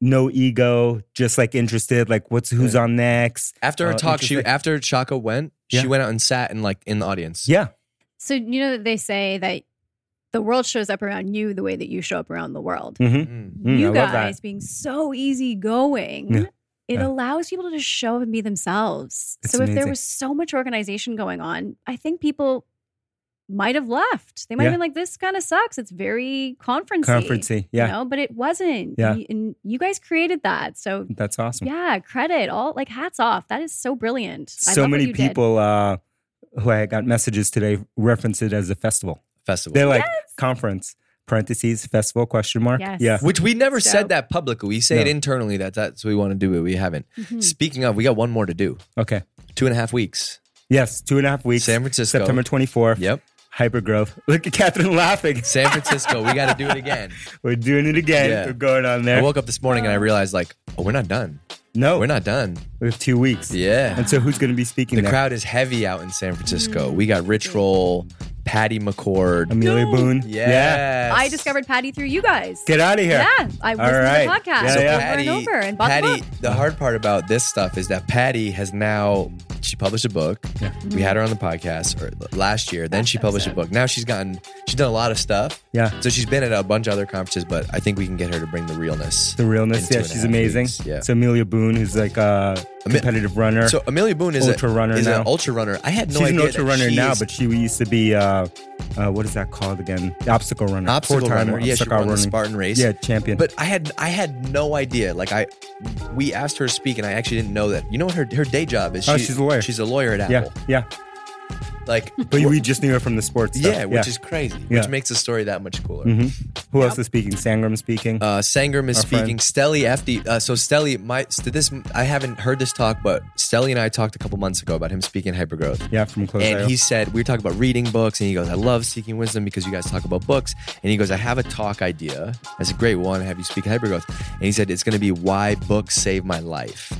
[SPEAKER 2] no ego, just like interested, like what's who's on next.
[SPEAKER 1] After her
[SPEAKER 2] Oh,
[SPEAKER 1] talk, she
[SPEAKER 2] interesting.
[SPEAKER 1] after Chaka went,
[SPEAKER 2] Yeah.
[SPEAKER 1] she went out and sat and like in the audience.
[SPEAKER 2] Yeah.
[SPEAKER 4] So you know that they say that the world shows up around you the way that you show up around the world.
[SPEAKER 2] hmm
[SPEAKER 1] Mm.
[SPEAKER 2] Mm, I
[SPEAKER 4] you
[SPEAKER 2] love that.
[SPEAKER 4] guys being so easygoing,
[SPEAKER 2] Yeah.
[SPEAKER 4] it
[SPEAKER 2] Yeah.
[SPEAKER 4] allows people to just show up and be themselves.
[SPEAKER 2] It's
[SPEAKER 4] so if there
[SPEAKER 2] amazing.
[SPEAKER 4] was so much organization going on, I think people might have left. They might have
[SPEAKER 2] Yeah.
[SPEAKER 4] been like, "This kind of sucks. It's very conferencey."
[SPEAKER 2] Conferencey.
[SPEAKER 4] you
[SPEAKER 2] Yeah.
[SPEAKER 4] know, but it wasn't.
[SPEAKER 2] Yeah.
[SPEAKER 4] You- and you guys created that. So
[SPEAKER 2] That's awesome.
[SPEAKER 4] yeah, credit all like hats off. That is so brilliant. I
[SPEAKER 2] So
[SPEAKER 4] love what
[SPEAKER 2] many
[SPEAKER 4] you did.
[SPEAKER 2] people uh, who I got messages today reference it as a festival.
[SPEAKER 1] Festival.
[SPEAKER 2] They're like conference parentheses festival question mark.
[SPEAKER 4] Yes.
[SPEAKER 2] Yeah.
[SPEAKER 1] which we never
[SPEAKER 4] So-
[SPEAKER 1] said that publicly. We say it
[SPEAKER 2] No.
[SPEAKER 1] internally that that's what we want to do, but we haven't.
[SPEAKER 4] Mhm.
[SPEAKER 1] Speaking of, we got one more to do.
[SPEAKER 2] Okay.
[SPEAKER 1] Two and a half weeks.
[SPEAKER 2] Yes. Two and a half weeks.
[SPEAKER 1] San Francisco.
[SPEAKER 2] September twenty fourth.
[SPEAKER 1] Yep.
[SPEAKER 2] Hypergrowth. Look at Catherine laughing.
[SPEAKER 1] San Francisco, we got to do it
[SPEAKER 2] [laughs]
[SPEAKER 1] again.
[SPEAKER 2] We're doing it again.
[SPEAKER 1] Yeah.
[SPEAKER 2] We're going on
[SPEAKER 1] I
[SPEAKER 2] there.
[SPEAKER 1] woke up this morning and I realized, like, oh, we're not done.
[SPEAKER 2] no,
[SPEAKER 1] We're not done.
[SPEAKER 2] We have two weeks.
[SPEAKER 1] Yeah.
[SPEAKER 2] And so who's going to be speaking
[SPEAKER 1] The
[SPEAKER 2] there?
[SPEAKER 1] crowd is heavy out in San
[SPEAKER 4] Mm.
[SPEAKER 1] Francisco. We got Rich Roll, Patty McCord.
[SPEAKER 2] Amelia
[SPEAKER 4] No.
[SPEAKER 2] Boone.
[SPEAKER 1] Yes.
[SPEAKER 4] I discovered Patty through you guys.
[SPEAKER 2] Get out of here.
[SPEAKER 4] yeah, I listened
[SPEAKER 2] right.
[SPEAKER 4] to the podcast
[SPEAKER 2] Yeah,
[SPEAKER 4] over
[SPEAKER 2] yeah.
[SPEAKER 4] and over and bought them
[SPEAKER 1] Patty,
[SPEAKER 4] up.
[SPEAKER 1] the hard part about this stuff is that Patty has now she published a book. We had her on the podcast or last year. Then she published a book. Now she's gotten she's done a lot of stuff.
[SPEAKER 2] Yeah.
[SPEAKER 1] So she's been at a bunch of other conferences, but I think we can get her to bring the realness.
[SPEAKER 2] The realness.
[SPEAKER 1] in two
[SPEAKER 2] Yeah,
[SPEAKER 1] and a
[SPEAKER 2] she's
[SPEAKER 1] half
[SPEAKER 2] amazing.
[SPEAKER 1] weeks. Yeah.
[SPEAKER 2] So Amelia Boone, who's like a competitive runner.
[SPEAKER 1] So Amelia Boone is a-
[SPEAKER 2] Ultra runner
[SPEAKER 1] is
[SPEAKER 2] now.
[SPEAKER 1] an ultra runner. I had no
[SPEAKER 2] she's
[SPEAKER 1] idea.
[SPEAKER 2] an ultra
[SPEAKER 1] that
[SPEAKER 2] runner
[SPEAKER 1] she
[SPEAKER 2] now,
[SPEAKER 1] is
[SPEAKER 2] but she used to be uh, uh, what is that called again? The obstacle runner.
[SPEAKER 1] obstacle
[SPEAKER 2] Four-time
[SPEAKER 1] runner. Yeah, she
[SPEAKER 2] obstacle
[SPEAKER 1] won the
[SPEAKER 2] running.
[SPEAKER 1] Spartan race.
[SPEAKER 2] Yeah, champion.
[SPEAKER 1] But I had I had no idea. Like I, we asked her to speak, and I actually didn't know that. You know what her her day job is?
[SPEAKER 2] Oh, she's a lawyer.
[SPEAKER 1] She's a lawyer at Apple.
[SPEAKER 2] yeah, yeah.
[SPEAKER 1] Like
[SPEAKER 2] But we just knew her from the sports. Stuff.
[SPEAKER 1] yeah, which is crazy,
[SPEAKER 2] Yeah. Mm-hmm.
[SPEAKER 1] which makes the story that much cooler.
[SPEAKER 2] who else is speaking? Sangram speaking.
[SPEAKER 1] Uh, Sangram is
[SPEAKER 2] Our
[SPEAKER 1] speaking. Stelly FD. Uh, so Stelly, my st- this I haven't heard this talk, but Stelly and I talked a couple months ago about him speaking at hypergrowth.
[SPEAKER 2] yeah, from close.
[SPEAKER 1] And
[SPEAKER 2] IO.
[SPEAKER 1] he said, we were talking about reading books, and he goes, I love Seeking Wisdom because you guys talk about books. And he goes, I have a talk idea. I said, great, well, I want to have you speak at Hypergrowth. And he said, it's going to be why books save my life.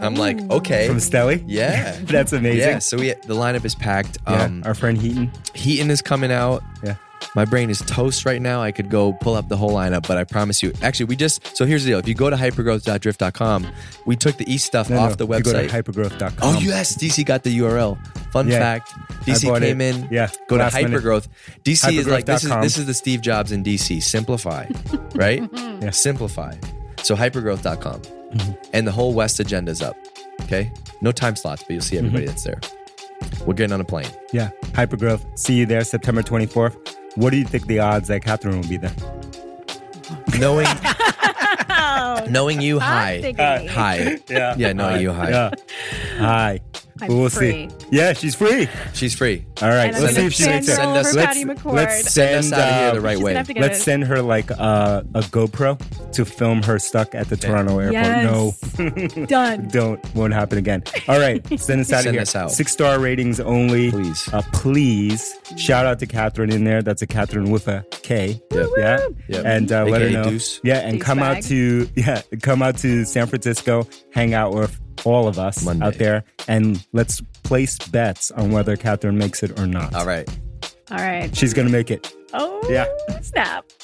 [SPEAKER 1] I'm like, okay.
[SPEAKER 2] from Stelly.
[SPEAKER 1] [laughs] Yeah.
[SPEAKER 2] [laughs] that's amazing.
[SPEAKER 1] Yeah, so we, the lineup is packed.
[SPEAKER 2] Yeah,
[SPEAKER 1] Um,
[SPEAKER 2] our friend Heaton.
[SPEAKER 1] Heaton is coming out.
[SPEAKER 2] Yeah.
[SPEAKER 1] My brain is toast right now. I could go pull up the whole lineup, but I promise you. Actually, we just so here's the deal. If you go to hypergrowth.drift.com, we took the East stuff
[SPEAKER 2] No,
[SPEAKER 1] off the
[SPEAKER 2] no, you
[SPEAKER 1] website.
[SPEAKER 2] Go to hypergrowth.com.
[SPEAKER 1] Oh yes, DC got the URL. Fun
[SPEAKER 2] Yeah.
[SPEAKER 1] fact: DC
[SPEAKER 2] bought
[SPEAKER 1] came
[SPEAKER 2] it.
[SPEAKER 1] in.
[SPEAKER 2] Yeah,
[SPEAKER 1] go to
[SPEAKER 2] last minute.
[SPEAKER 1] hypergrowth. DC is like this is
[SPEAKER 2] Hypergrowth.com.
[SPEAKER 1] this is the Steve Jobs in DC. Simplify, right? Simplify. So hypergrowth.com,
[SPEAKER 2] Mm-hmm.
[SPEAKER 1] and the whole West agenda's up. Okay, no time slots, but you'll see everybody
[SPEAKER 2] Mm-hmm.
[SPEAKER 1] that's there. We're getting on a
[SPEAKER 2] [laughs]
[SPEAKER 1] plane.
[SPEAKER 2] Yeah, hypergrowth. See you there, September 24th. What do you think the odds that Catherine will be there?
[SPEAKER 1] Knowing
[SPEAKER 4] Oh,
[SPEAKER 1] knowing you,
[SPEAKER 4] I'm
[SPEAKER 1] hi,
[SPEAKER 4] thinking
[SPEAKER 2] Uh,
[SPEAKER 4] eight.
[SPEAKER 1] hi.
[SPEAKER 2] Yeah,
[SPEAKER 1] [laughs] Yeah, no, you hide.
[SPEAKER 2] Yeah, hi.
[SPEAKER 4] I'm
[SPEAKER 2] But we'll
[SPEAKER 4] free.
[SPEAKER 2] see. Yeah, she's free.
[SPEAKER 1] She's free.
[SPEAKER 2] All right,
[SPEAKER 4] And I'm
[SPEAKER 2] let's see
[SPEAKER 4] gonna
[SPEAKER 2] if she makes it.
[SPEAKER 1] send
[SPEAKER 4] over
[SPEAKER 1] us-
[SPEAKER 4] Patty
[SPEAKER 2] let's-
[SPEAKER 4] McCord.
[SPEAKER 2] let's
[SPEAKER 1] Send us
[SPEAKER 2] Send,
[SPEAKER 1] out of
[SPEAKER 2] uh,
[SPEAKER 1] here the right
[SPEAKER 4] She's
[SPEAKER 1] way.
[SPEAKER 4] gonna have to get
[SPEAKER 2] Let's
[SPEAKER 4] a-
[SPEAKER 2] send her like uh, a GoPro to film her stuck at the Toronto airport. No,
[SPEAKER 4] Yes. [laughs] done.
[SPEAKER 2] don't. Won't happen again. All
[SPEAKER 4] [laughs]
[SPEAKER 2] right, send us out of
[SPEAKER 1] Send
[SPEAKER 2] here.
[SPEAKER 1] us out.
[SPEAKER 2] Six star ratings only.
[SPEAKER 1] Please.
[SPEAKER 2] Uh, please. Shout out to Catherine in there. That's a Catherine with a K.
[SPEAKER 1] Yep.
[SPEAKER 2] Yeah.
[SPEAKER 1] Yep.
[SPEAKER 2] And uh, let her
[SPEAKER 1] AKA
[SPEAKER 2] know.
[SPEAKER 1] Deuce.
[SPEAKER 2] Yeah, and
[SPEAKER 4] Deuce
[SPEAKER 2] come out
[SPEAKER 4] bag.
[SPEAKER 2] to yeah, come out to San Francisco, hang out with all of us
[SPEAKER 1] Monday.
[SPEAKER 2] out there, and let's place bets on whether Catherine makes it or not.
[SPEAKER 1] All right.
[SPEAKER 4] All right.
[SPEAKER 2] She's gonna make it.
[SPEAKER 4] Oh,
[SPEAKER 2] Yeah.
[SPEAKER 4] snap.